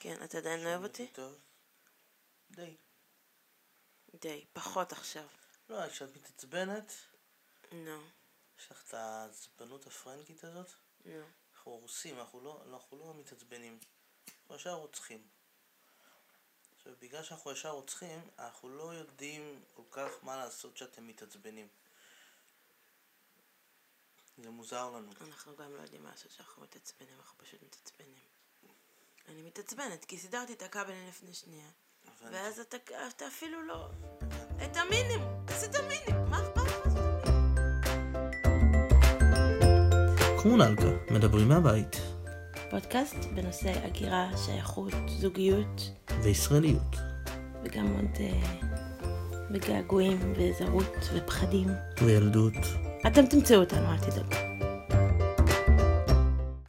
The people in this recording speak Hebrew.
כן, אתה עדיין לא אוהב אותי? טוב. די. די, פחות עכשיו. לא, כשאת מתעצבנת, נו, יש לך את העצבנות הפרנקית הזאת. נו. אנחנו רוסים, אנחנו לא, אנחנו לא מתעצבנים. אנחנו ישר רוצחים. עכשיו, בגלל שאנחנו ישר רוצחים, אנחנו לא יודעים כל כך מה לעשות כשאתם מתעצבנים. זה מוזר לנו. אנחנו גם לא יודעים מה לעשות שאנחנו מתעצבנים, אנחנו פשוט מתעצבנים. אני מתעצבנת, כי סידרתי את הכבל לפני שנייה, אבל- ואז אתה, אתה אפילו לא... את המינימום, עשית מינימום, מה אכפת לך? כמו נלקה, מדברים מהבית, פודקאסט בנושא הגירה, שייכות, זוגיות, וישראליות. וגם עוד... אה, וגעגועים וזרות ופחדים. וילדות. אתם תמצאו אותנו, אל תדאגו.